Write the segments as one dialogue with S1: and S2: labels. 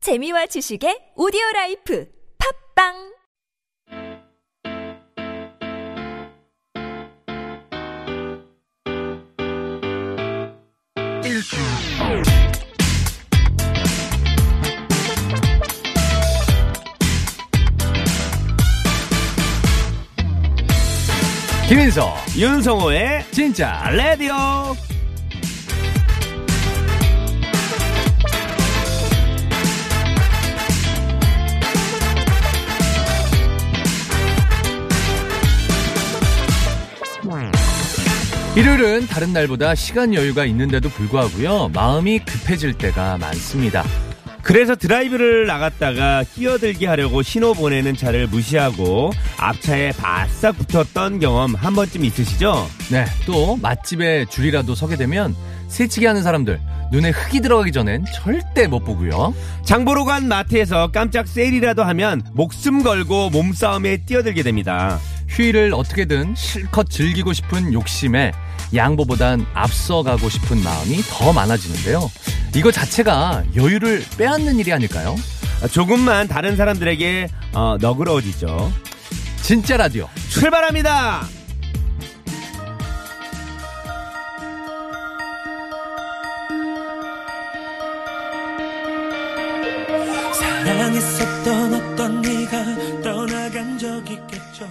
S1: 재미와 지식의 오디오 라이프 팝빵
S2: 김인석
S3: 윤성호의
S2: 진짜
S3: 라디오
S2: 일요일은 다른 날보다 시간 여유가 있는데도 불구하고요 마음이 급해질 때가 많습니다
S3: 그래서 드라이브를 나갔다가 끼어들게 하려고 신호 보내는 차를 무시하고 앞차에 바싹 붙었던 경험 한 번쯤 있으시죠?
S2: 네 또 맛집에 줄이라도 서게 되면 새치기 하는 사람들 눈에 흙이 들어가기 전엔 절대 못 보고요
S3: 장보러 간 마트에서 깜짝 세일이라도 하면 목숨 걸고 몸싸움에 뛰어들게 됩니다.
S2: 휴일을 어떻게든 실컷 즐기고 싶은 욕심에 양보보단 앞서가고 싶은 마음이 더 많아지는데요 이거 자체가 여유를 빼앗는 일이 아닐까요?
S3: 조금만 다른 사람들에게 어, 너그러워지죠.
S2: 진짜 라디오
S3: 출발합니다!
S4: 사랑했었던 어떤 네가 떠나간 적 있겠죠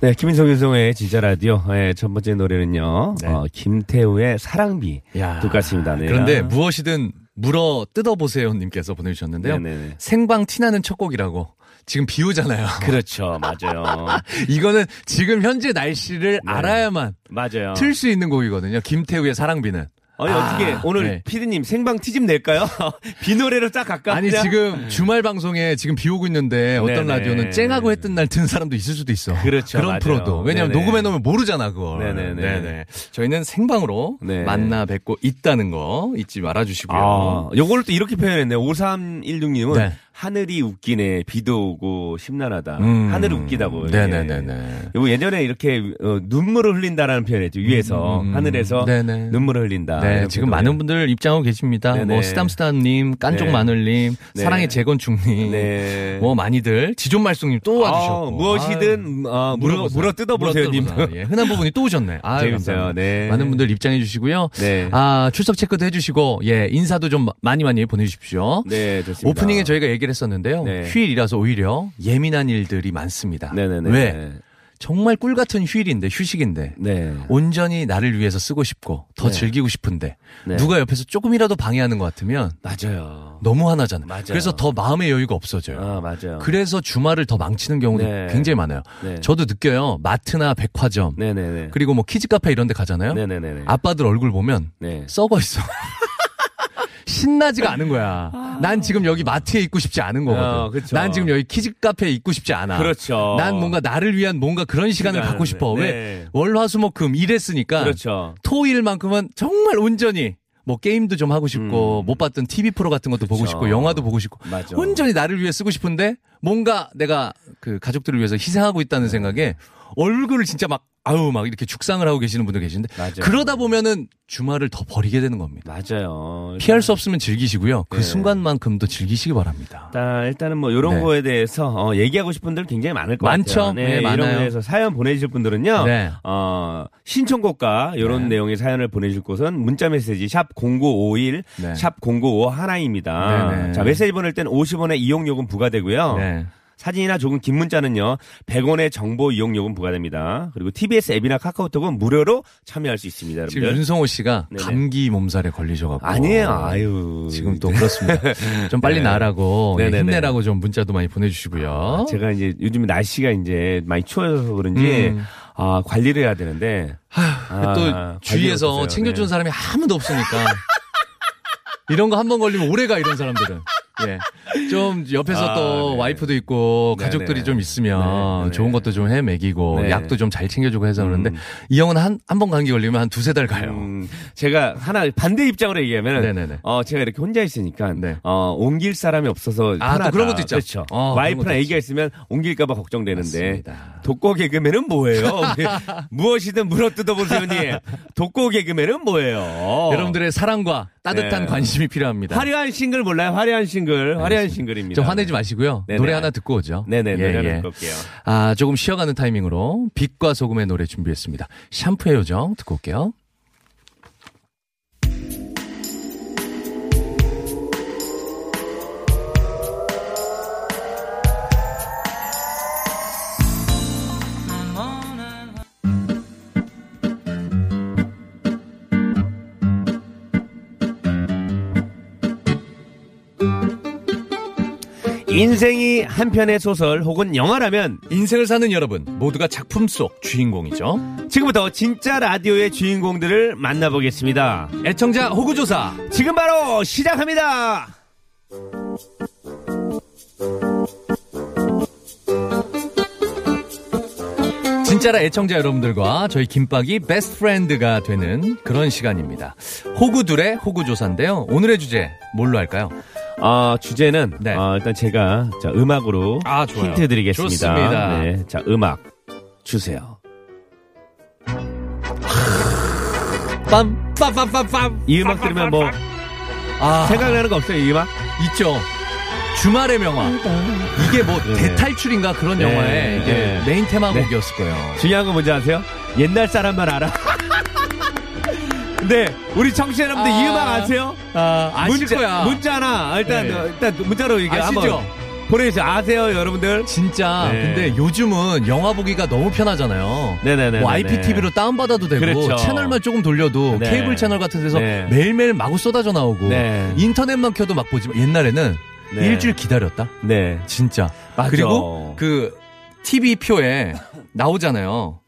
S3: 네, 김인성 윤성호의 진짜 라디오. 네, 첫 번째 노래는요.
S2: 네.
S3: 어, 김태우의 사랑비.
S2: 야.
S3: 똑같습니다. 네.
S2: 그런데 무엇이든 물어 뜯어보세요 님께서 보내주셨는데요.
S3: 네네네.
S2: 생방 티나는 첫 곡이라고 지금 비 오잖아요.
S3: 그렇죠. 맞아요.
S2: 이거는 지금 현재 날씨를
S3: 네. 어.
S2: 알아야만
S3: 맞아요.
S2: 틀 수 있는 곡이거든요. 김태우의 사랑비는.
S3: 아니 어떻게
S2: 아,
S3: 오늘
S2: 네.
S3: 피디님 생방 티집 낼까요? 비 노래로 쫙 갈까?
S2: 아니
S3: 그냥?
S2: 지금 주말 방송에 지금 비 오고 있는데 어떤
S3: 네네.
S2: 라디오는 쨍하고 했던 날 든 사람도 있을 수도 있어.
S3: 그렇죠,
S2: 런
S3: 맞아요.
S2: 프로도. 왜냐면
S3: 네네.
S2: 녹음해 놓으면 모르잖아 그걸.
S3: 네네네.
S2: 저희는 생방으로
S3: 네.
S2: 만나 뵙고 있다는 거 잊지 말아 주시고요.
S3: 아, 요걸 또 이렇게 표현했네요. 5316님은
S2: 네.
S3: 하늘이 웃기네, 비도 오고 심란하다.
S2: 음.
S3: 하늘이 웃기다고. 뭐, 이렇게.
S2: 네네네네.
S3: 요거 예전에 이렇게 어, 눈물을 흘린다라는 표현했죠. 위에서
S2: 음.
S3: 하늘에서
S2: 네네.
S3: 눈물을 흘린다.
S2: 네,
S3: 이런
S2: 지금
S3: 표현을.
S2: 많은 분들 입장하고 계십니다.
S3: 아, 네네.
S2: 뭐 스담스담님, 깐족
S3: 네.
S2: 마늘님,
S3: 네.
S2: 사랑의 재건축님,
S3: 네.
S2: 뭐 많이들 지존말송님 또 와주셨고
S3: 아, 무엇이든 어, 물어, 물어 뜯어보세요, 님.
S2: 물어 뜯어보세요. 예, 흔한 부분이 또 오셨네. 아,
S3: 재밌어요.
S2: 감사합니다.
S3: 네.
S2: 많은 분들 입장해 주시고요.
S3: 네.
S2: 아 출석 체크도 해주시고 예 인사도 좀 많이 많이 보내주십시오.
S3: 네, 좋습니다.
S2: 오프닝에 저희가 얘기를 했었는데요.
S3: 네.
S2: 휴일이라서 오히려 예민한 일들이 많습니다.
S3: 네네네.
S2: 왜? 정말 꿀 같은 휴일인데 휴식인데
S3: 네.
S2: 음. 온전히 나를 위해서 쓰고 싶고 더
S3: 네.
S2: 즐기고 싶은데
S3: 네.
S2: 누가 옆에서 조금이라도 방해하는 것 같으면
S3: 맞아요.
S2: 너무 화나잖아요.
S3: 맞아요.
S2: 그래서 더 마음의 여유가 없어져요.
S3: 아, 맞아요.
S2: 그래서 주말을 더 망치는 경우도
S3: 네.
S2: 굉장히 많아요.
S3: 네.
S2: 저도 느껴요. 마트나 백화점
S3: 네네네.
S2: 그리고 뭐 키즈 카페 이런 데 가잖아요.
S3: 네네네.
S2: 아빠들 얼굴 보면
S3: 네.
S2: 썩어 있어. 신나지가 않은 거야. 난 지금 여기 마트에 있고 싶지 않은 거거든.
S3: 아, 그쵸.
S2: 난 지금 여기 키즈 카페에 있고 싶지 않아.
S3: 그렇죠.
S2: 난 뭔가 나를 위한 뭔가 그런 시간을 갖고 싶어.
S3: 네.
S2: 왜 월화수목금 일했으니까
S3: 그렇죠.
S2: 토일만큼은 정말 온전히 뭐 게임도 좀 하고 싶고 못 봤던 TV 프로 같은 것도 보고
S3: 음. 그쵸.
S2: 싶고 영화도 보고 싶고
S3: 맞아.
S2: 온전히 나를 위해 쓰고 싶은데 뭔가 내가 그 가족들을 위해서 희생하고
S3: 네.
S2: 있다는 생각에 얼굴을 진짜 막 아우 막 이렇게 죽상을 하고 계시는 분들 계시는데
S3: 맞아요.
S2: 그러다 보면은 주말을 더 버리게 되는 겁니다.
S3: 맞아요.
S2: 피할 수 없으면 즐기시고요. 그
S3: 네.
S2: 순간만큼도 즐기시기 바랍니다.
S3: 일단, 일단은 뭐 이런
S2: 네.
S3: 거에 대해서 어, 얘기하고 싶은 분들 굉장히 많을 것
S2: 많죠?
S3: 같아요.
S2: 네,
S3: 이런
S2: 많아요.
S3: 거에서 사연 보내주실 분들은요.
S2: 네.
S3: 어, 신청곡과 이런
S2: 네.
S3: 내용의 사연을 보내줄 곳은 문자 메시지 샵 0951,
S2: 네.
S3: 샵 095 하나입니다.
S2: 네, 네.
S3: 자, 메시지 보낼 땐 50원의 이용요금 부과되고요.
S2: 네.
S3: 사진이나 조금 긴 문자는요. 100원의 정보 이용요금 부과됩니다. 그리고 TBS 앱이나 카카오톡은 무료로 참여할 수 있습니다. 여러분들.
S2: 지금 윤성호 씨가
S3: 네네.
S2: 감기 몸살에 걸리셔갖고
S3: 아니에요. 아유.
S2: 어. 지금 또 그렇습니다. 좀 빨리
S3: 네.
S2: 나라고
S3: 네네네.
S2: 힘내라고 좀 문자도 많이 보내주시고요.
S3: 제가 이제 요즘 날씨가 이제 많이 추워져서 그런지
S2: 음.
S3: 아, 관리를 해야 되는데 아,
S2: 또
S3: 관리
S2: 주위에서
S3: 어떠세요?
S2: 챙겨주는
S3: 네.
S2: 사람이 아무도 없으니까 이런 거 한 번 걸리면 오래가 이런 사람들은. 예. 좀 옆에서
S3: 아,
S2: 또
S3: 네.
S2: 와이프도 있고
S3: 네,
S2: 가족들이
S3: 네.
S2: 좀 있으면
S3: 네, 네.
S2: 좋은 것도 좀 해 먹이고
S3: 네.
S2: 약도 좀 잘 챙겨주고 해서 그러는데
S3: 음.
S2: 이 형은 한 한 번 감기 걸리면 한 두세 달 가요.
S3: 음, 제가 하나 반대 입장으로 얘기하면
S2: 네네네.
S3: 은 어, 제가 이렇게 혼자 있으니까
S2: 네.
S3: 어, 옮길 사람이 없어서
S2: 아, 또
S3: 편하다.
S2: 그런 것도 있죠.
S3: 그렇죠.
S2: 어, 그런
S3: 와이프나
S2: 것도
S3: 애기가 있으면 옮길까 봐 걱정되는데
S2: 맞습니다.
S3: 독고 개그맨은 뭐예요? 무엇이든 물어 뜯어보세요, 님. 독고 개그맨은 뭐예요?
S2: 여러분들의 사랑과 따뜻한
S3: 네.
S2: 관심이 필요합니다.
S3: 화려한 싱글 몰라요? 화려한 싱글. 싱글, 화려한 싱글입니다.
S2: 네, 좀 화내지 마시고요.
S3: 네네.
S2: 노래 하나 듣고 오죠.
S3: 네네,
S2: 예,
S3: 노래
S2: 예.
S3: 하나 듣고 올게요.
S2: 아, 조금 쉬어가는 타이밍으로 빛과 소금의 노래 준비했습니다. 샴푸의 요정 듣고 올게요.
S3: 인생이 한 편의 소설 혹은 영화라면
S2: 인생을 사는 여러분, 모두가 작품 속 주인공이죠.
S3: 지금부터 진짜 라디오의 주인공들을 만나보겠습니다.
S2: 애청자 호구조사.
S3: 지금 바로 시작합니다.
S2: 진짜라 애청자 여러분들과 저희 김밥이 베스트 프렌드가 되는 그런 시간입니다. 호구들의 호구조사인데요. 오늘의 주제, 뭘로 할까요?
S3: 아, 주제는
S2: 네.
S3: 아, 일단 제가 자, 음악으로
S2: 아, 좋아요.
S3: 힌트 드리겠습니다.
S2: 좋습니다.
S3: 네, 자, 음악 주세요.
S2: 빰, 빰빰빰빰.
S3: 이 음악 들으면 뭐
S2: 아,
S3: 생각나는 거 없어요, 이 음악?
S2: 있죠. 주말의 명화. 이게 뭐
S3: 네네.
S2: 대탈출인가 그런
S3: 네,
S2: 영화의 이게
S3: 네.
S2: 메인 테마곡이었을 거예요.
S3: 중요한 건 뭔지 아세요? 옛날 사람만 알아. 근데 우리 청취자 여러분들 이
S2: 아,
S3: 음악 아세요?
S2: 아, 아실
S3: 문자,
S2: 거야.
S3: 문자 하나 일단
S2: 네.
S3: 어, 일단 문자로 이게
S2: 아시죠?
S3: 한번 보내주세요. 아세요, 여러분들?
S2: 진짜
S3: 네.
S2: 근데 요즘은 영화 보기가 너무 편하잖아요.
S3: 네네네.
S2: 뭐 IPTV로 다운받아도 되고
S3: 그렇죠.
S2: 채널만 조금 돌려도
S3: 네.
S2: 케이블 채널 같은 데서
S3: 네.
S2: 매일매일 마구 쏟아져 나오고
S3: 네.
S2: 인터넷만 켜도 막 보지만 옛날에는
S3: 네.
S2: 일주일 기다렸다.
S3: 네.
S2: 진짜.
S3: 맞죠.
S2: 그리고 그 TV 표에 나오잖아요.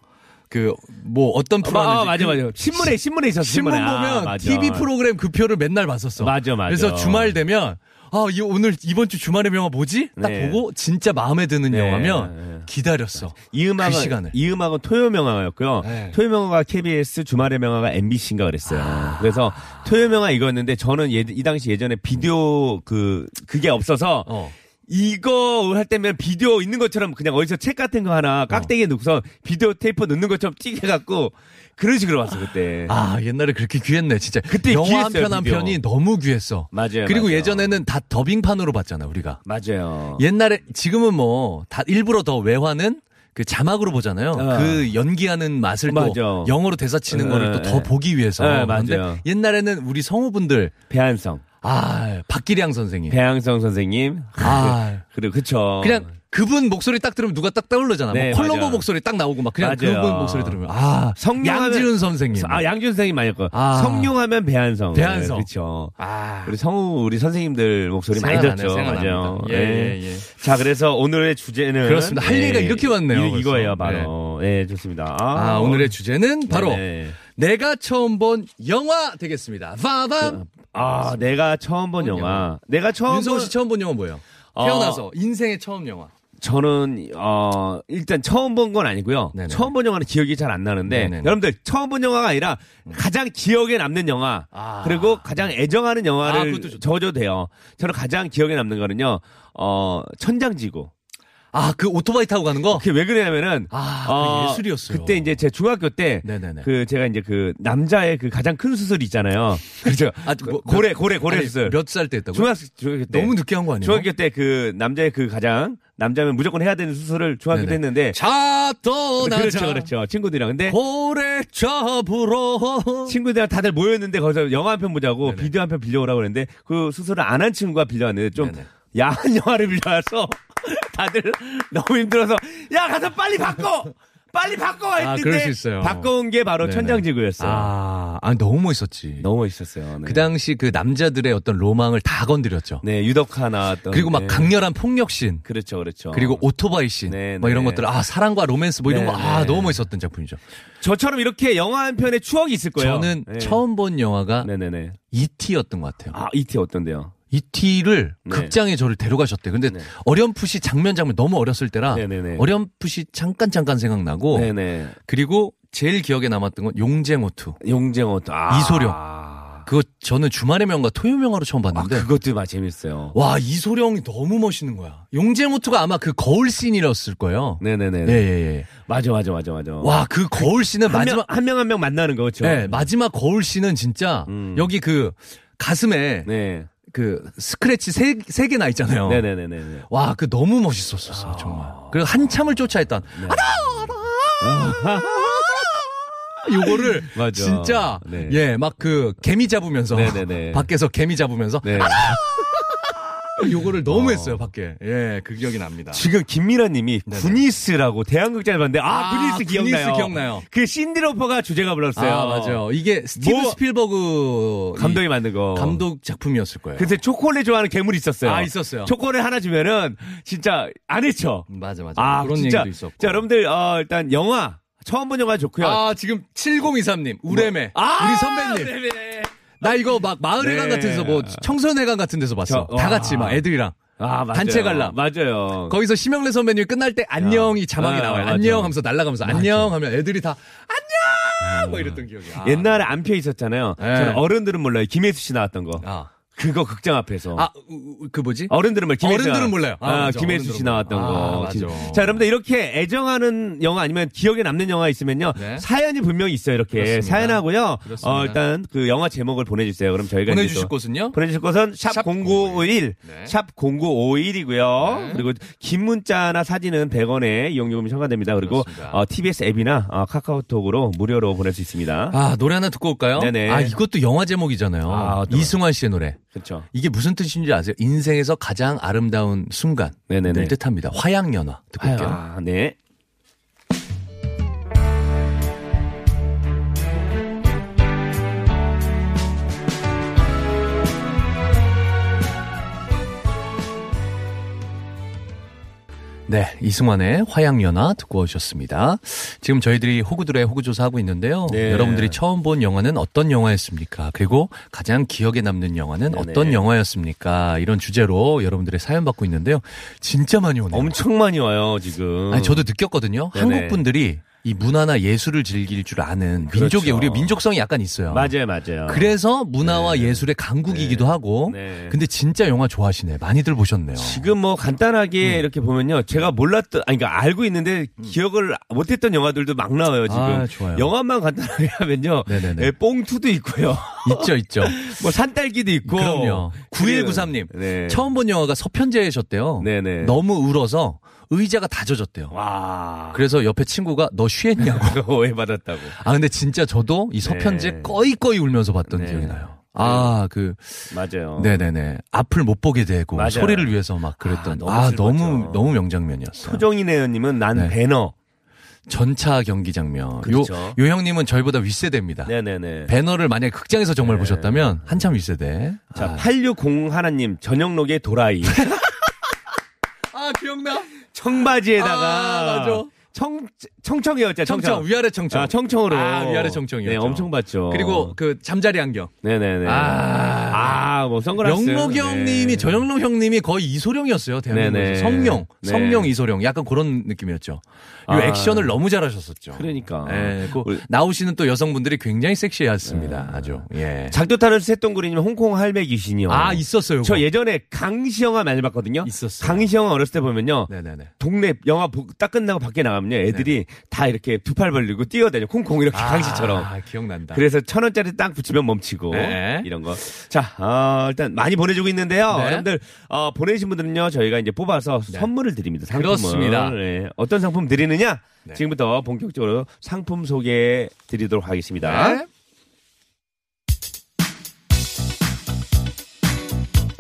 S2: 그 뭐 어떤
S3: 아,
S2: 프로그램
S3: 아, 맞아, 맞아. 신문에, 신문에 있었어,
S2: 신문
S3: 신문에.
S2: 보면
S3: 아, 맞아.
S2: TV 프로그램 그 표를 맨날 봤었어.
S3: 맞아, 맞아.
S2: 그래서 주말 되면 아, 이 오늘 이번 주 주말의 영화 뭐지? 딱
S3: 네.
S2: 보고 진짜 마음에 드는
S3: 네,
S2: 영화면
S3: 네.
S2: 기다렸어.
S3: 이 음악은
S2: 그 시간을.
S3: 이 음악은 토요 명화였고요.
S2: 네.
S3: 토요 명화가 KBS 주말의 명화가 MBC인가 그랬어요.
S2: 아.
S3: 그래서 토요 명화 이거였는데 저는 예- 이 당시 예전에 비디오 그 그게 없어서
S2: 어.
S3: 이거 할 때면 비디오 있는 것처럼 그냥 어디서 책 같은 거 하나 깍대기에 넣고서 비디오 테이프 넣는 것처럼 찌개 갖고 그런 식으로 왔어 그때.
S2: 아, 옛날에 그렇게 귀했네, 진짜.
S3: 그때
S2: 영화 한
S3: 귀했어요,
S2: 편 한
S3: 드디어.
S2: 편이 너무 귀했어.
S3: 맞아요,
S2: 그리고
S3: 맞아요.
S2: 예전에는 다 더빙판으로 봤잖아, 우리가.
S3: 맞아요.
S2: 옛날에 지금은 뭐 다 일부러 더 외화는 그 자막으로 보잖아요.
S3: 어.
S2: 그 연기하는 맛을 또
S3: 맞아.
S2: 영어로 대사 치는
S3: 예,
S2: 거를 또 더
S3: 예.
S2: 보기 위해서.
S3: 예,
S2: 그런데
S3: 맞아요.
S2: 옛날에는 우리 성우분들
S3: 배한성,
S2: 아, 박기량 선생님.
S3: 배한성 선생님.
S2: 아.
S3: 그리고 그쵸.
S2: 그냥 그분 목소리 딱 들으면 누가 딱 떠오르잖아.
S3: 어. 네,
S2: 뭐 콜럼버
S3: 맞아요.
S2: 목소리 딱 나오고 막 그냥
S3: 맞아요.
S2: 그분 목소리 들으면 아,
S3: 성룡하면-
S2: 양지훈 선생님.
S3: 아 양준 선생님 많이 했고
S2: 예, 뭐. 아.
S3: 성룡하면 배한성.
S2: 배한성.
S3: 그렇죠.
S2: 아.
S3: 우리 성우 우리 선생님들 목소리 많이
S2: 생각나네요,
S3: 들었죠.
S2: 생각납니다.
S3: 맞아요.
S2: 예,
S3: 네.
S2: 예, 예.
S3: 자, 그래서 오늘의 주제는
S2: 그렇습니다. 할
S3: 예,
S2: 얘기가 이렇게 많네요,
S3: 이, 거예요
S2: 벌써.
S3: 바로. 예, 좋습니다.
S2: 아, 오늘의 주제는 바로
S3: 네네.
S2: 내가 처음 본 영화 되겠습니다. 바밤.
S3: 아, 내가 처음 본 영화. 내가 처음
S2: 윤성호
S3: 본
S2: 씨 처음 본 영화 뭐예요?
S3: 어.
S2: 태어나서 인생의 처음 영화.
S3: 저는 어, 일단 처음 본 건 아니고요.
S2: 네네.
S3: 처음 본 영화는 기억이 잘 안 나는데
S2: 네네네.
S3: 여러분들 처음 본 영화가 아니라 가장 기억에 남는 영화
S2: 아.
S3: 그리고 가장 애정하는
S2: 아,
S3: 영화를
S2: 그것도 좋다.
S3: 적어줘도 돼요. 저는 가장 기억에 남는 거는요. 어, 천장지구.
S2: 아, 그 오토바이 타고 가는 거?
S3: 그게 왜 그러냐면은
S2: 아, 그 예술이었어요.
S3: 어, 그때 이제 제 중학교 때
S2: 네네네.
S3: 그 제가 이제 그 남자의 그 가장 큰 수술이 있잖아요. 그렇죠.
S2: 아, 뭐,
S3: 고래 고래 고래
S2: 아니,
S3: 수술.
S2: 몇 살 때 했다고? 요
S3: 중학교 중학교 때
S2: 너무 늦게 한 거 아니에요?
S3: 중학교 때 그 남자의 그 가장 남자면 무조건 해야 되는 수술을 중학교
S2: 네네.
S3: 때 했는데
S2: 자, 어, 떠나자.
S3: 그렇죠 그렇죠 친구들이랑 근데
S2: 고래 잡으러.
S3: 친구들이랑 다들 모였는데 거기서 영화 한 편 보자고
S2: 네네.
S3: 비디오 한 편 빌려오라고 그랬는데 그 수술을 안 한 친구가 빌려왔는데 좀
S2: 네네.
S3: 야한 영화를 빌려와서 다들 너무 힘들어서 야 가서 빨리 바꿔 빨리 바꿔
S2: 아, 그럴 수
S3: 했는데
S2: 있어요.
S3: 바꿔온 게 바로
S2: 네네.
S3: 천장지구였어요.
S2: 아, 아, 너무 멋있었지.
S3: 너무 있었어요. 네.
S2: 그 당시 그 남자들의 어떤 로망을 다 건드렸죠.
S3: 네 유덕화 나왔던
S2: 그리고 막
S3: 네.
S2: 강렬한 폭력씬.
S3: 그렇죠 그렇죠.
S2: 그리고 오토바이 씬,
S3: 네,
S2: 뭐
S3: 네.
S2: 이런 것들, 아 사랑과 로맨스, 뭐 이런
S3: 네,
S2: 거, 아
S3: 네.
S2: 너무 멋있었던 작품이죠.
S3: 저처럼 이렇게 영화 한 편의 추억이 있을 거예요.
S2: 저는
S3: 네.
S2: 처음 본 영화가
S3: 네네네.
S2: E.T.였던 것 같아요.
S3: 아 이티 어떤데요?
S2: E.T.를
S3: 네.
S2: 극장에 저를 데려가셨대. 요 근데 어렴풋이 장면 장면 너무 어렸을 때라
S3: 네네네.
S2: 어렴풋이 잠깐 잠깐 생각나고
S3: 네네.
S2: 그리고 제일 기억에 남았던 건 용쟁호투.
S3: 용쟁어 아.
S2: 이소룡.
S3: 아
S2: 그거 저는 주말의 명과 토요 명화로 처음 봤는데
S3: 그것도 막 재밌어요.
S2: 와 이소룡이 너무 멋있는 거야. 용쟁호투가 아마 그 거울 씬이었을 거예요.
S3: 네네네. 어.
S2: 예예예.
S3: 맞아 맞아 맞아 맞아.
S2: 와 그 거울 씬은
S3: 한
S2: 마지막 예,
S3: 명 한 명 한 명 만나는 거 그렇죠?
S2: 네, 마지막 거울 씬은 진짜
S3: 음.
S2: 여기 그 가슴에
S3: 네. 어.
S2: 그 그 스크래치 세, 세 개나 있잖아요.
S3: 네네네네. 아.
S2: 와, 그 너무 멋있었었어, 정말. 그리고 한참을 쫓아했던,
S3: 네.
S2: 요거를
S3: 맞아.
S2: 진짜
S3: 네.
S2: 예 막 그 개미 잡으면서
S3: 네네네.
S2: 밖에서 개미 잡으면서
S3: 네.
S2: 요거를 너무 했어요 밖에 예그 기억이 납니다.
S3: 지금 김미라님이 구니스라고 대한극장을 봤는데 아,
S2: 아,
S3: 구니스 기억나요?
S2: 구니스 기억나요.
S3: 그 신디로퍼가 주제가 불렀어요.
S2: 아 맞아요. 이게 스티브
S3: 뭐-
S2: 스필버그 이
S3: 감독이 만든 거.
S2: 감독 작품이었을 거예요.
S3: 근데 초콜릿 좋아하는 괴물이 있었어요.
S2: 아, 있었어요.
S3: 초콜릿 하나 주면은 진짜 안 헤쳐.
S2: 맞아 맞아
S3: 아,
S2: 그런
S3: 진짜.
S2: 얘기도 있었고.
S3: 자, 여러분들 어, 일단 영화 처음 본 영화 좋고요.
S2: 아 지금 7023님 우레메
S3: 아,
S2: 우리 선배님
S3: 그래.
S2: 나 이거 막 마을회관
S3: 네.
S2: 같은 데서 뭐 청소년회관 같은 데서 봤어
S3: 저-
S2: 다
S3: 와.
S2: 같이 막 애들이랑
S3: 아, 맞아요.
S2: 단체 관람
S3: 맞아요.
S2: 거기서 심영래 선배님이 끝날 때 안녕이 자막이
S3: 아,
S2: 나와요.
S3: 맞아.
S2: 안녕 하면서 날아가면서 안녕 하면 애들이 다 안녕 뭐 이랬던 기억이. 아.
S3: 옛날에 안표 있었잖아요.
S2: 네.
S3: 저는 어른들은 몰라요. 김혜수 씨 나왔던 거.
S2: 아.
S3: 그거 극장 앞에서.
S2: 아, 우- 우- 그 뭐지?
S3: 어른들은 몰라. 김혜수
S2: 어른들은
S3: 나와-
S2: 몰라요. 아,
S3: 아,
S2: 맞아.
S3: 김혜수 씨
S2: 어른들은
S3: 나왔던
S2: 몰라.
S3: 거.
S2: 아, 맞아.
S3: 진짜. 자, 여러분들 이렇게 애정하는 영화 아니면 기억에 남는 영화 있으면요.
S2: 네.
S3: 사연이 분명히 있어요. 이렇게
S2: 그렇습니다.
S3: 사연하고요.
S2: 그렇습니다.
S3: 어, 일단 그 영화 제목을 보내주세요. 그럼 저희가 이제
S2: 보내주실
S3: 또-
S2: 곳은요?
S3: 보내주실 곳은 샵
S2: 샵
S3: 0951,
S2: 네.
S3: 샵 0951이고요. 그리고 긴 문자나 사진은 100원에 이용요금이 첨가됩니다. 그리고
S2: 그렇습니다.
S3: 어, TBS 앱이나 어, 카카오톡으로 무료로 보낼 수 있습니다.
S2: 아, 노래 하나 듣고 올까요?
S3: 네네.
S2: 아, 이것도 영화 제목이잖아요.
S3: 아, 어떤
S2: 이승환 씨의 노래.
S3: 그렇죠.
S2: 이게 무슨 뜻인지 아세요? 인생에서 가장 아름다운 순간을
S3: 네네네.
S2: 뜻합니다. 화양연화 듣고 올게요.
S3: 아, 네.
S2: 네, 이승환의 화양연화 듣고 오셨습니다. 지금 저희들이 호구들의 호구조사 하고 있는데요.
S3: 네.
S2: 여러분들이 처음 본 영화는 어떤 영화였습니까? 그리고 가장 기억에 남는 영화는
S3: 네네.
S2: 어떤 영화였습니까? 이런 주제로 여러분들의 사연 받고 있는데요. 진짜 많이 오네요.
S3: 엄청 많이 와요, 지금.
S2: 아니, 저도 느꼈거든요.
S3: 음. 네네.
S2: 한국 분들이 이 문화나 예술을 즐길 줄 아는 민족의
S3: 그렇죠.
S2: 우리 민족성이 약간 있어요.
S3: 맞아요, 맞아요.
S2: 그래서 문화와 예술의 강국이기도 하고
S3: 네.
S2: 근데 진짜 영화 좋아하시네. 많이들 보셨네요.
S3: 지금 뭐 간단하게
S2: 음.
S3: 이렇게 보면요. 제가 몰랐던, 아니, 그러니까 알고 있는데 기억을 못했던 영화들도 막 나와요, 지금.
S2: 아, 좋아요.
S3: 영화만 간단하게 하면요.
S2: 네네네.
S3: 예, 뽕투도 있고요.
S2: 있죠, 있죠.
S3: 뭐 산딸기도 있고.
S2: 그럼요. 9193님.
S3: 네.
S2: 처음 본 영화가 서편제셨대요.
S3: 네네.
S2: 너무 울어서 의자가 다 젖었대요.
S3: 와.
S2: 그래서 옆에 친구가 너 쉬했냐고.
S3: 오해받았다고.
S2: 아, 근데 진짜 저도 이 서편제
S3: 네.
S2: 꺼이꺼이 울면서 봤던
S3: 네.
S2: 기억이 나요. 아, 그,
S3: 맞아요.
S2: 네네네. 앞을 못 보게 되고
S3: 맞아요.
S2: 소리를 위해서 막 그랬던.
S3: 너무
S2: 아,
S3: 슬펐죠.
S2: 너무, 너무 명장면이었어요.
S3: 소정이네요님은 난
S2: 네.
S3: 배너.
S2: 전차 경기 장면.
S3: 그렇죠.
S2: 요, 요 형님은 저희보다 윗세대입니다.
S3: 네네네.
S2: 배너를 만약에 극장에서 정말
S3: 네.
S2: 보셨다면 한참 윗세대.
S3: 자,
S2: 아.
S3: 860 하나님 전영록의 도라이.
S2: 아, 기억나?
S3: 청바지에다가
S2: 아, 맞아.
S3: 청 청청이었죠. 청청.
S2: 청청, 위아래 청청.
S3: 아, 청청으로. 어.
S2: 아, 위아래 청청이었죠.
S3: 네, 엄청 봤죠.
S2: 그리고 그 잠자리 안경.
S3: 네네네.
S2: 아.
S3: 아, 뭐 선글라스. 네.
S2: 영록 형님이 전영록 형님이 거의 이소룡이었어요 대한민국에서
S3: 네네.
S2: 성룡
S3: 네.
S2: 성룡 이소룡 약간 그런 느낌이었죠. 이
S3: 아.
S2: 액션을 너무 잘하셨었죠.
S3: 그러니까.
S2: 예, 그
S3: 우리- 네.
S2: 나오시는 또 여성분들이 굉장히 섹시했습니다. 아주 예.
S3: 작두 타는 새똥구리님 홍콩 할매 귀신이요.
S2: 아 있었어요.
S3: 저
S2: 그거.
S3: 예전에 강시 영화 많이 봤거든요.
S2: 있었어요.
S3: 강시 영화 어렸을 때 보면요.
S2: 네네네.
S3: 동네 영화 보- 딱 끝나고 밖에 나가면요. 애들이 다 이렇게 두 팔 벌리고 뛰어다녀. 콩콩 이렇게 강시처럼.
S2: 네. 아, 기억난다.
S3: 그래서 천 원짜리 딱 붙이면 멈추고
S2: 네.
S3: 이런 거. 자, 어, 일단 많이 보내주고 있는데요.
S2: 네.
S3: 여러분들 어, 보내신 분들은요 저희가 이제 뽑아서 선물을 드립니다. 상품을.
S2: 그렇습니다.
S3: 네. 어떤 상품 드리느냐?
S2: 네.
S3: 지금부터 본격적으로 상품 소개 드리도록 하겠습니다. 네,
S2: 네.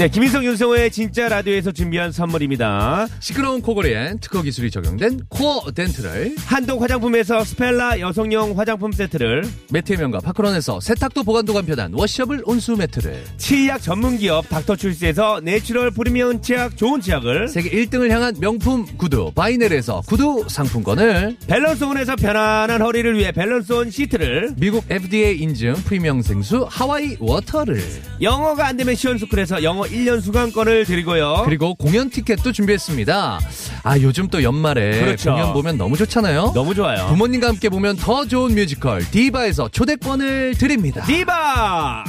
S3: 네, 김인성 윤성호의 진짜 라디오에서 준비한 선물입니다.
S2: 시끄러운 코골이엔 특허 기술이 적용된 코어 덴트를
S3: 한독 화장품에서 스펠라 여성용 화장품 세트를
S2: 매트의 명가 파크론에서 세탁도 보관도 간편한 워셔블 온수 매트를
S3: 치약 전문기업 닥터출스에서 내추럴 프리미엄 치약 좋은 치약을
S2: 세계 1등을 향한 명품 구두 바이넬에서 구두 상품권을
S3: 밸런스온에서 편안한 허리를 위해 밸런스온 시트를
S2: 미국 FDA 인증 프리미엄 생수 하와이 워터를
S3: 영어가 안 되면 시원스쿨에서 영어 1년 수강권을 드리고요.
S2: 그리고 공연 티켓도 준비했습니다. 아 요즘 또 연말에
S3: 그렇죠.
S2: 공연 보면 너무 좋잖아요.
S3: 너무 좋아요.
S2: 부모님과 함께 보면 더 좋은 뮤지컬 디바에서 초대권을 드립니다.
S3: 네. 디바!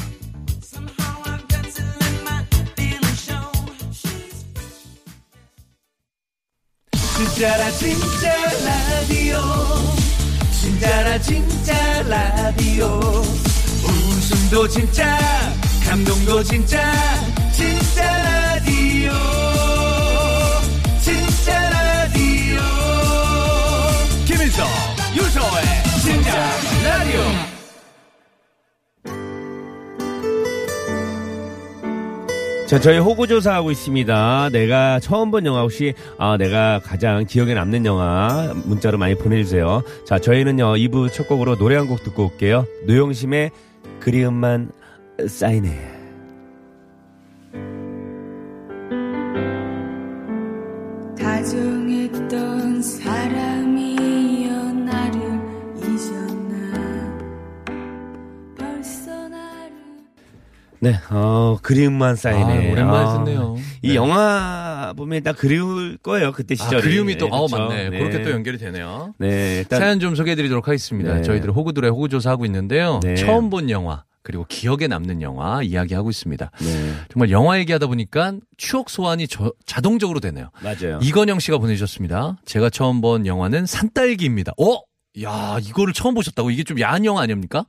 S3: 진짜라 진짜 라디오 진짜라 진짜 라디오 웃음도 진짜 감동도 진짜
S4: 진짜 라디오 진짜 라디오
S2: 김일성 유서의
S4: 진짜 라디오
S3: 자, 저희 호구 조사하고 있습니다. 내가 처음 본 영화 혹시 아, 내가 가장 기억에 남는 영화 문자로 많이 보내주세요. 자, 저희는요 2부 첫 곡으로 노래 한 곡 듣고 올게요. 노영심의 그리움만 쌓이네.
S5: 다정했던 사람이여 나를 잊었나 벌써 나를
S3: 네, 어, 그리움만 쌓이네.
S2: 아, 오랜만에
S3: 아,
S2: 듣네요.
S3: 이
S2: 네.
S3: 영화 보면 다 그리울 거예요. 그때
S2: 아,
S3: 시절이.
S2: 그리움이 또,
S3: 네,
S2: 아우,
S3: 그렇죠?
S2: 맞네.
S3: 네.
S2: 그렇게 또 연결이 되네요.
S3: 네, 일단
S2: 사연 좀 소개해드리도록 하겠습니다.
S3: 네.
S2: 저희들 호구들의 호구조사 하고 있는데요.
S3: 네.
S2: 처음 본 영화, 그리고 기억에 남는 영화 이야기하고 있습니다.
S3: 네,
S2: 정말 영화 얘기하다 보니까 추억 소환이 저- 자동적으로 되네요.
S3: 맞아요.
S2: 이건영 씨가 보내주셨습니다. 제가 처음 본 영화는 산딸기입니다. 어? 야, 이거를 처음 보셨다고? 이게 좀 야한 영화 아닙니까?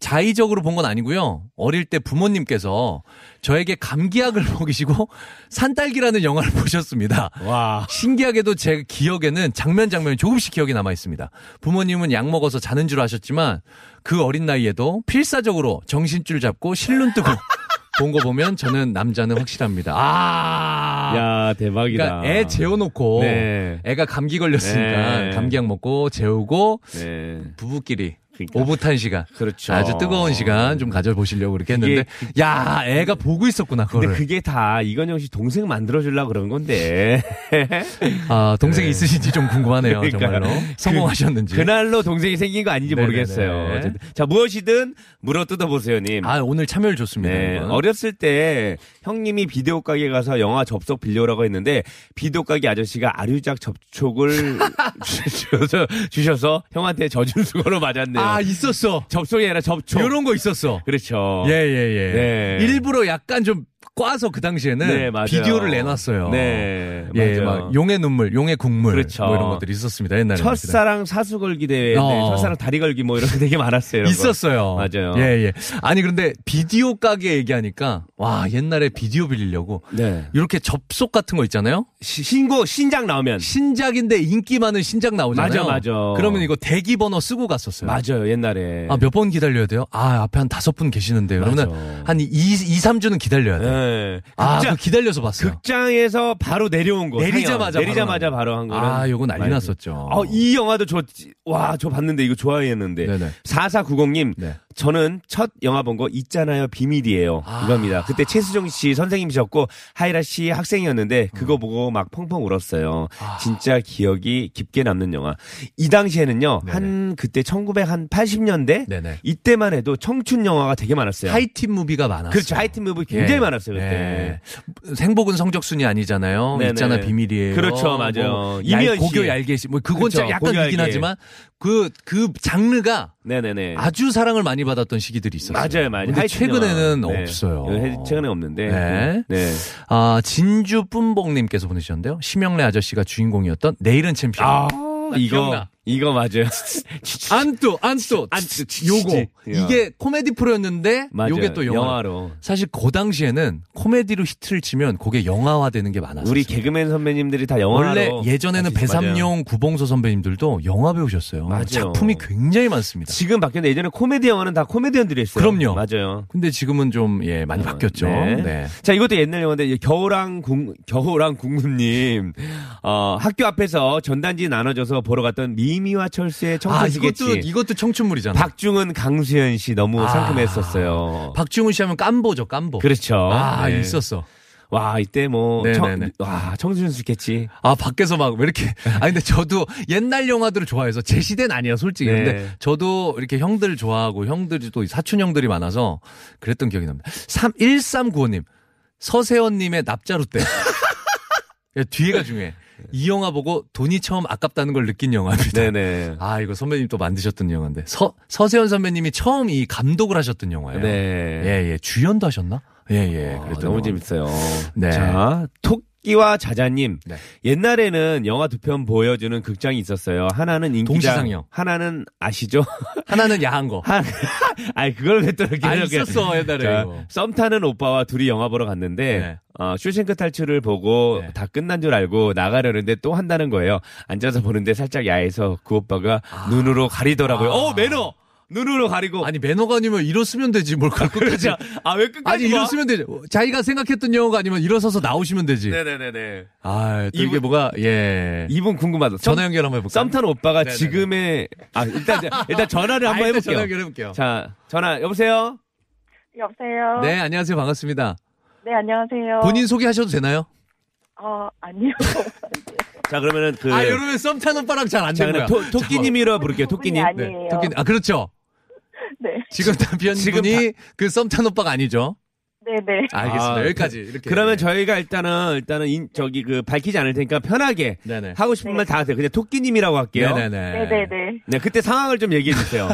S2: 자의적으로 본 건 아니고요. 어릴 때 부모님께서 저에게 감기약을 먹이시고 산딸기라는 영화를 보셨습니다.
S3: 와.
S2: 신기하게도 제 기억에는 장면 장면이 조금씩 기억이 남아 있습니다. 부모님은 약 먹어서 자는 줄 아셨지만 그 어린 나이에도 필사적으로 정신줄 잡고 실눈 뜨고 본 거 보면 저는 남자는 확실합니다. 아.
S3: 야, 대박이다.
S2: 그러니까 애 재워놓고
S3: 네.
S2: 애가 감기 걸렸으니까
S3: 네.
S2: 감기약 먹고 재우고
S3: 네.
S2: 부부끼리
S3: 그러니까.
S2: 오붓한 시간
S3: 그렇죠.
S2: 아주 뜨거운 시간 좀 가져보시려고 그렇게 했는데 야 애가 보고 있었구나
S3: 근데
S2: 그거를
S3: 그게 다 이건영 씨 동생 만들어주려고 그런 건데.
S2: 아 동생이 있으신지 좀 궁금하네요
S3: 그 네. 그러니까요.
S2: 정말로 성공하셨는지
S3: 그날로 동생이 생긴 거 아닌지
S2: 네네네.
S3: 모르겠어요. 어쨌든. 자, 무엇이든 물어 뜯어보세요, 님.
S2: 아 오늘 참여를 줬습니다
S3: 네.
S2: 이건.
S3: 어렸을 때 형님이 비디오 가게 가서 영화 접속 빌려오라고 했는데 비디오 가게 아저씨가 아류작 접촉을 주셔서, 주셔서 형한테 저준수거로 맞았네요.
S2: 아 있었어
S3: 접속이 아니라 접촉.
S2: 요런 거 있었어
S3: 그렇죠.
S2: 예예예
S3: 네.
S2: 일부러 약간 좀 꽈서 그 당시에는
S3: 네, 맞아요.
S2: 비디오를 내놨어요
S3: 네.
S2: 예,
S3: 맞아요.
S2: 막 용의 눈물, 용의 국물
S3: 그렇죠.
S2: 뭐 이런 것들이 있었습니다 옛날에.
S3: 첫사랑 사수 걸기 대회,
S2: 어.
S3: 네, 첫사랑 다리 걸기 뭐 이런 거 되게 많았어요. 이런 거.
S2: 있었어요.
S3: 맞아요.
S2: 예, 예. 아니 그런데 비디오 가게 얘기하니까 와 옛날에 비디오 빌리려고
S3: 네.
S2: 이렇게 접속 같은 거 있잖아요.
S3: 시- 신고 신작 나오면
S2: 신작인데 인기 많은 신작 나오잖아요.
S3: 맞아, 맞아.
S2: 그러면 이거 대기 번호 쓰고 갔었어요.
S3: 맞아요 옛날에.
S2: 아, 몇 번 기다려야 돼요? 아, 앞에 한 다섯 분 계시는데. 그러면
S3: 예. 맞아.
S2: 한 2, 2, 3주는 기다려야 돼요.
S3: 예.
S2: 아,
S3: 극장,
S2: 그거 기다려서 봤어요.
S3: 극장에서 바로 내려온 거.
S2: 내리자마자
S3: 상영. 내리자마자
S2: 바로
S3: 바로 한 거.
S2: 아, 요거 난리 났었죠.
S3: 아, 이 영화도 저, 와, 저 봤는데 이거 좋아했는데.
S2: 어. 네네.
S3: 4490님,
S2: 네.
S3: 저는 첫 영화 본 거 있잖아요, 비밀이에요. 이겁니다. 그때 최수정 씨 선생님이셨고, 하이라 씨 학생이었는데,
S2: 음.
S3: 그거 보고 막 펑펑 울었어요.
S2: 아.
S3: 진짜 기억이 깊게 남는 영화. 이 당시에는요, 한, 그때 1980년대?
S2: 네네.
S3: 이때만 해도 청춘 영화가 되게 많았어요.
S2: 하이틴 무비가 많았어요.
S3: 그렇죠. 하이틴 무비 굉장히
S2: 네. 예.
S3: 많았어요, 그때.
S2: 예. 행복은 성적순이 아니잖아요.
S3: 네네.
S2: 있잖아 비밀이에요.
S3: 그렇죠, 맞아요.
S2: 뭐
S3: 이면
S2: 얄-
S3: 씨.
S2: 고교 얄개시 뭐 그건
S3: 그렇죠,
S2: 좀 약간
S3: 고교
S2: 위긴
S3: 얄개.
S2: 하지만 그 그 장르가
S3: 네네네.
S2: 아주 사랑을 많이 받았던 시기들이 있었어요.
S3: 맞아요, 맞아요.
S2: 근데
S3: 하이틴
S2: 최근에는
S3: 영화. 네.
S2: 없어요.
S3: 예, 최근에 없는데.
S2: 네.
S3: 네.
S2: 아 진주 뿜봉님께서 보내주셨는데요. 심영래 아저씨가 주인공이었던 내일은 챔피언.
S3: 아, 이거
S2: 기억나.
S3: 이거 맞아요.
S2: 안뚜 안뚜
S3: 안 뚜, 치,
S2: 요거
S3: 치.
S2: 이게 코미디 프로였는데
S3: 맞아요.
S2: 요게 또 영화.
S3: 영화로.
S2: 사실 그 당시에는 코미디로 히트를 치면 그게 영화화되는 게 많았어요.
S3: 우리 개그맨 선배님들이 다 영화로
S2: 원래 예전에는
S3: 맞아요.
S2: 배삼룡,
S3: 맞아요.
S2: 구봉서 선배님들도 영화 배우셨어요.
S3: 맞아요.
S2: 작품이 굉장히 많습니다.
S3: 지금 바뀌었는데 예전에 코미디 영화는 다 코미디언들이 했어요.
S2: 그럼요.
S3: 맞아요.
S2: 근데 지금은 좀 예, 많이 바뀌었죠.
S3: 네.
S2: 네.
S3: 자, 이것도 옛날 영화인데 이 겨울왕 공 겨울왕 국무님 어, 학교 앞에서 전단지 나눠줘서 보러 갔던 미미와 철수의
S2: 아, 이것도
S3: 청소시계치.
S2: 이것도 청춘물이잖아. 요
S3: 박중은 강수현 씨 너무
S2: 아.
S3: 상큼했었어요.
S2: 박중훈 씨 하면 깜보죠, 깜보.
S3: 그렇죠.
S2: 아,
S3: 네.
S2: 있었어.
S3: 와 이때 뭐
S2: 네네네.
S3: 청, 와 청소년 수겠지.
S2: 아, 밖에서 막 왜
S3: 네.
S2: 이렇게 아 근데 저도 옛날 영화들을 좋아해서 제 시대는 아니야, 솔직히.
S3: 네.
S2: 근데 저도 이렇게 형들 좋아하고 형들이 또 사촌 형들이 많아서 그랬던 기억이 납니다. 3 1395 님. 서세원 님의 납자루 때. 야, 뒤에가 중요해. 이 영화 보고 돈이 처음 아깝다는 걸 느낀 영화입니다.
S3: 네네.
S2: 아, 이거 선배님 또 만드셨던 영화인데. 서, 서세현 선배님이 처음 이 감독을 하셨던 영화예요.
S3: 네.
S2: 예, 예. 주연도 하셨나? 예, 예.
S3: 아,
S2: 그랬던
S3: 너무
S2: 영화.
S3: 재밌어요.
S2: 네.
S3: 자, 톡 끼와 자자님.
S2: 네.
S3: 옛날에는 영화 두 편 보여주는 극장이 있었어요. 하나는 인기장,
S2: 동시상영.
S3: 하나는 아시죠?
S2: 하나는 야한 거.
S3: 한, 아니 그걸 왜 또 이렇게
S2: 아,
S3: 이렇게-
S2: 있었어, 옛날에
S3: 자,
S2: 이거.
S3: 썸 타는 오빠와 둘이 영화 보러 갔는데
S2: 네.
S3: 어, 슈싱크 탈출을 보고
S2: 네.
S3: 다 끝난 줄 알고 나가려는데 또 한다는 거예요. 앉아서 보는데 살짝 야해서 그 오빠가 눈으로 가리더라고요.
S2: 아.
S3: 어 매너 눈으로 가리고
S2: 어. 아니 매너가 아니면 일었으면 되지 뭘 갖고 끝까지.
S3: 아왜 끝까지 뭐?
S2: 아니
S3: 봐?
S2: 일었으면 되지. 자기가 생각했던 영화가 아니면 일어서서 나오시면 되지.
S3: 네네네네
S2: 아, 또 이게
S3: 이분-
S2: 뭐가 예.
S3: 이분 궁금하다. 썸-
S2: 전화 연결 한번 해볼까요?
S3: 썸 타는 오빠가
S2: 네네네.
S3: 지금의 아 일단 일단 전화를
S2: 아,
S3: 한번
S2: 일단
S3: 해볼게요.
S2: 전화 연결해볼게요.
S3: 자 전화 여보세요.
S6: 여보세요.
S2: 네, 안녕하세요. 반갑습니다.
S6: 네, 안녕하세요.
S2: 본인 소개하셔도 되나요?
S6: 어 아니요.
S3: 자 그러면은 그
S2: 아, 이러면 썸 타는 오빠랑 잘 안
S3: 자,
S2: 되는 거야.
S3: 그럼 토- 토끼님이라 부를게요. 토끼님.
S6: 아니-
S2: 네,
S6: 아니에요.
S2: 토끼님. 아, 그렇죠.
S6: 네,
S2: 지금 남편분이 그 썸 타는 오빠가 아니죠.
S6: 네, 네.
S2: 알겠습니다.
S3: 아,
S2: 여기까지 이렇게.
S3: 그러면
S2: 네.
S3: 저희가 일단은 일단은 인- 저기 그 밝히지 않을 테니까 편하게
S2: 네네.
S3: 하고 싶은 말 다 하세요. 그냥 토끼님이라고 할게요.
S2: 네네네.
S6: 네, 네, 네.
S3: 네, 그때 상황을 좀 얘기해 주세요.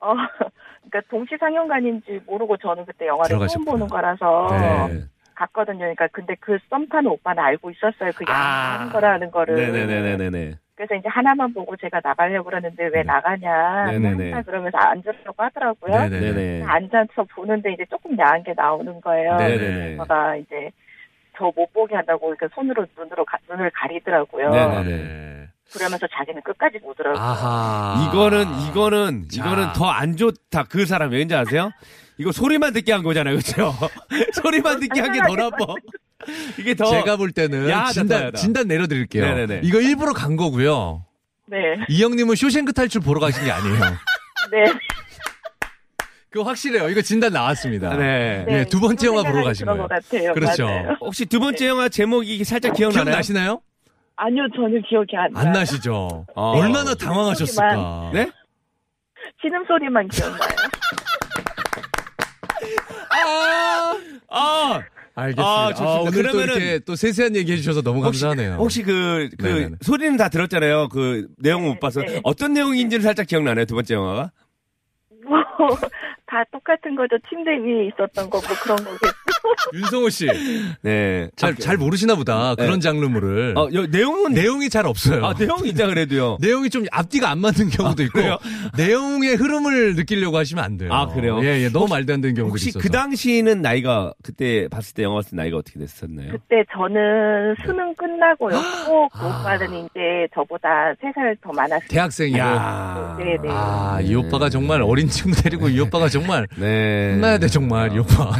S6: 어, 그러니까 동시 상영관인지 모르고 저는 그때 영화를 처음
S2: 들어가셨구나.
S6: 보는 거라서
S2: 네.
S6: 갔거든요. 그러니까 근데 그 썸 타는 오빠는 알고 있었어요. 그게
S3: 아.
S6: 아... 닌 거라는 거를.
S3: 네네네네네. 그래서
S6: 그래서 이제 하나만 보고 제가 나가려고 그러는데 왜 나가냐.
S3: 네, 네, 네.
S6: 항상 그러면서 앉으라고 하더라고요.
S2: 네네.
S3: 네네.
S6: 앉아서 보는데 이제 조금 야한 게 나오는 거예요.
S2: 네.
S3: 예. 네네네.
S6: 제가 이제 저 못 보게 한다고 이렇게 손으로 눈으로 가- 눈을 가리더라고요.
S3: 네네.
S2: 네.
S6: 그러면서 자기는 끝까지 보더라고요.
S2: 아하.
S3: 이거는 이거는
S2: 자.
S3: 이거는 더 안 좋다. 그 사람 왠지 아세요? 이거 소리만 듣게 한 거잖아요, 그렇죠? 소리만 듣게 한 게 더 나빠. 이게 더
S2: 제가 볼 때는
S3: 어. 야하다,
S2: 진단
S3: 야하다.
S2: 진단 내려드릴게요.
S3: 네네네.
S2: 이거 일부러 간 거고요.
S6: 네,
S2: 이 형님은 쇼생크 탈출 보러 가신 게 아니에요.
S6: 네.
S2: 그거 확실해요. 이거 진단 나왔습니다.
S3: 네.
S2: 예, 두 번째 영화 보러 가신
S6: 그런
S2: 거예요.
S6: 것 같아요.
S2: 그렇죠.
S6: 맞아요.
S3: 혹시 두 번째 영화 제목이 살짝 기억나나요?
S2: 기억나시나요?
S6: 아니요, 전혀 기억이 안 나요.
S2: 안 나시죠?
S3: 어.
S2: 얼마나 당황하셨을까.
S3: 네?
S6: 신음 소리만 기억나요.
S3: 아! 아!
S2: 알겠습니다.
S3: 아,
S2: 아,
S3: 좋습니다.
S2: 오늘 또
S3: 그러면은-
S2: 이렇게 또 세세한 얘기 해주셔서 너무 감사하네요.
S3: 혹시 그, 그,
S2: 네네네.
S3: 소리는 다 들었잖아요. 그, 내용은 못 봐서.
S6: 네.
S3: 어떤 내용인지는 살짝 기억나네요, 두 번째 영화가.
S6: 뭐 다 똑같은 거죠. 침대 위에 있었던 거 뭐 그런 거겠죠.
S2: 윤성호 씨.
S3: 네.
S2: 잘, 잘 모르시나 보다.
S3: 네.
S2: 그런 장르물을.
S3: 어, 여, 내용은.
S2: 내용이 잘 없어요.
S3: 아, 내용이 있다 그래도요.
S2: 내용이 좀 앞뒤가 안 맞는 경우도 있고
S3: 아, 그래요?
S2: 내용의 흐름을 느끼려고 하시면 안 돼요.
S3: 아, 그래요?
S2: 예, 예, 너무 말도 안 되는 경우도
S3: 혹시
S2: 있어서.
S3: 그 당시에는 나이가, 그때 봤을 때 영화 봤을 때 나이가 어떻게 됐었나요?
S6: 그때 저는 수능 끝나고였고 그 오빠는 이제 저보다 세 살 더 많았어요.
S2: 대학생이고.
S3: 야
S6: 네, 네.
S2: 아, 이 오빠가 정말 어린 친구 데리고 이 오빠가 정말
S3: 네. 아,
S2: 혼나야 그 돼 정말 이 오빠.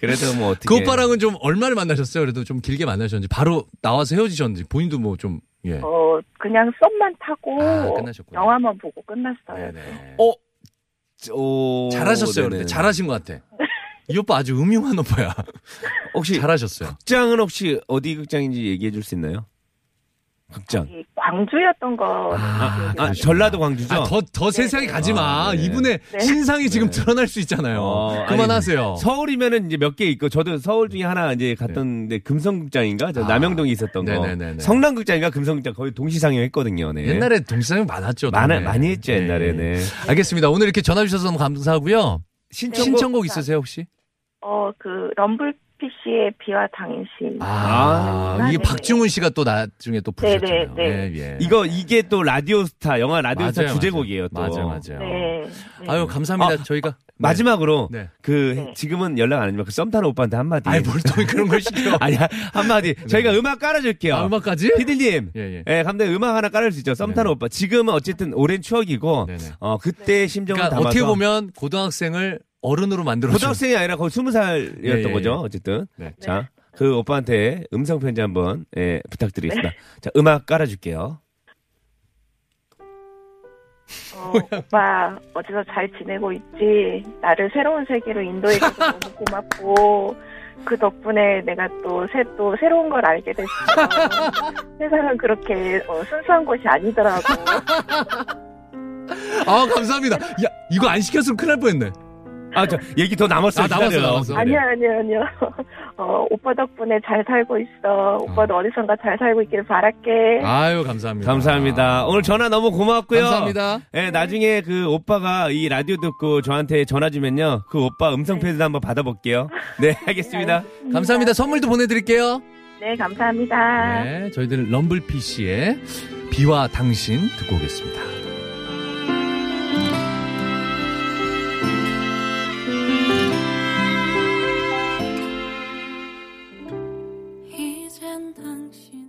S3: 그래도 뭐 어떻게.
S2: 그 오빠랑은 좀 얼마를 만나셨어요? 그래도 좀 길게 만나셨는지 바로 나와서 헤어지셨는지 본인도 뭐 좀 예.
S6: 어 그냥 썸만 타고
S2: 아, 끝나셨구나.
S6: 영화만 보고 끝났어요.
S2: 네네.
S3: 어? 어,
S2: 잘하셨어요.
S3: 네네.
S2: 근데 잘하신 것 같아. 이 오빠 아주 음흉한 오빠야.
S3: 혹시,
S2: 잘하셨어요.
S3: 극장은 혹시 어디 극장인지 얘기해 줄 수 있나요? 극장.
S6: 이 광주였던 거.
S2: 아,
S6: 기억이
S3: 아,
S6: 나요.
S3: 전라도 광주죠?
S2: 아, 더, 더 세세하게 가지 마.
S3: 아, 네.
S2: 이분의
S6: 네.
S2: 신상이 지금 드러날 수 있잖아요.
S3: 어,
S2: 그만하세요.
S3: 아니, 서울이면은 이제 몇 개 있고 저도 서울 중에 하나 이제 갔던 데 금성극장인가 저
S2: 네. 아.
S3: 남영동에 있었던 거
S2: 네네네네.
S3: 성남극장인가 금성극장 거의 동시상영했거든요. 네.
S2: 옛날에 동시상은 예. 많았죠.
S3: 많아,
S2: 동네.
S3: 많이 했죠
S2: 네.
S3: 옛날에. 네.
S2: 알겠습니다. 오늘 이렇게 전화 주셔서 너무 감사하고요.
S6: 네,
S3: 신청곡.
S6: 뭐,
S2: 신청곡 있으세요 혹시?
S6: 어그 럼블피 씨의 비와 당신.
S2: 아,
S6: 아,
S2: 이게
S6: 네.
S2: 박중훈 씨가 또 나중에 또 부르셨잖아요.
S6: 네, 네,
S2: 예, 예.
S3: 이거 이게 또 라디오스타 영화 라디오스타
S2: 맞아요,
S3: 주제곡이에요. 또.
S2: 맞아요, 맞아요.
S6: 네. 네.
S2: 아유 감사합니다. 저희가 네.
S3: 마지막으로
S2: 네.
S3: 그
S6: 네.
S3: 지금은 연락 안 하지만 그 썸타는 오빠한테 한마디.
S2: 아이 뭐 뭘또 그런 걸 시켜?
S3: 예. 아니 한마디. 저희가 음악 깔아줄게요.
S2: 네. 아, 음악까지?
S3: 피디님.
S2: 예, 예.
S3: 예, 감독님 음악 하나 깔을 수 있죠. 썸타는
S2: 네네.
S3: 오빠. 지금은 어쨌든 오랜 추억이고,
S2: 네네.
S3: 어, 그때 심정을
S2: 그러니까
S3: 담아서
S2: 어떻게 보면 고등학생을 어른으로 만들어
S3: 고등학생이 아니라 거의 스무 살이었던
S2: 예, 예, 예.
S3: 거죠. 어쨌든.
S2: 네.
S3: 자, 그 오빠한테 음성 편지 한번 예, 부탁드리겠습니다.
S6: 네.
S3: 자, 음악 깔아줄게요.
S6: 어, 오빠 어디서 잘 지내고 있지? 나를 새로운 세계로 인도해줘서 너무 고맙고 그 덕분에 내가 또, 새, 또 새로운 걸 알게 됐어. 세상은 그렇게 어, 순수한 곳이 아니더라고.
S2: 아 감사합니다. 야 이거 안 시켰으면 큰일 날 뻔했네.
S3: 아, 저 얘기 더 남았어요.
S2: 아, 남았어요,
S3: 기다려요.
S2: 남았어요. 네.
S6: 아니요, 아니요, 아니요. 어, 오빠 덕분에 잘 살고 있어. 오빠도 어. 디선가잘 살고 있길 바랄게.
S2: 아유 감사합니다.
S3: 감사합니다. 오늘 전화 너무 고맙고요.
S2: 감사합니다.
S3: 예, 나중에 그 오빠가 이 라디오 듣고 저한테 전화 주면요. 그 오빠 음성 편지도 한번 받아볼게요. 네, 알겠습니다.
S2: 감사합니다. 선물도 보내드릴게요.
S6: 네, 감사합니다.
S2: 네, 저희들은 럼블피 씨의 비와 당신 듣고 오겠습니다.
S5: 이젠 당신이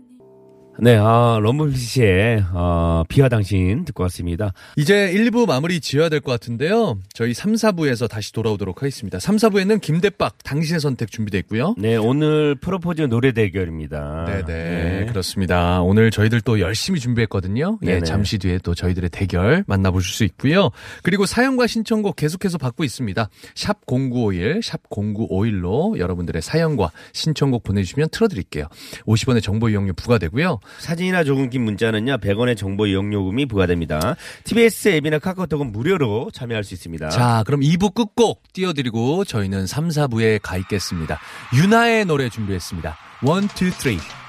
S3: 네, 아, 럼블피 씨의 어, 비와 당신 듣고 왔습니다.
S2: 이제 1부 마무리 지어야 될 것 같은데요. 저희 3, 4부에서 다시 돌아오도록 하겠습니다. 3, 4부에는 김대박 당신의 선택 준비되어 있고요.
S3: 네, 오늘 프로포즈 노래 대결입니다.
S2: 아, 네네 그렇습니다. 오늘 저희들 또 열심히 준비했거든요. 예,
S3: 네네.
S2: 잠시 뒤에 또 저희들의 대결 만나보실 수 있고요. 그리고 사연과 신청곡 계속해서 받고 있습니다. 샵 0951, 샵 0951로 여러분들의 사연과 신청곡 보내주시면 틀어드릴게요. 50원의 정보 이용료 부과되고요.
S3: 사진이나 조금 긴 문자는요, 100원의 정보 이용요금이 부과됩니다. TBS 앱이나 카카오톡은 무료로 참여할 수 있습니다.
S2: 자, 그럼 2부 끝곡 띄워드리고 저희는 3, 4부에 가 있겠습니다. 윤하의 노래 준비했습니다. 1, 2, 3.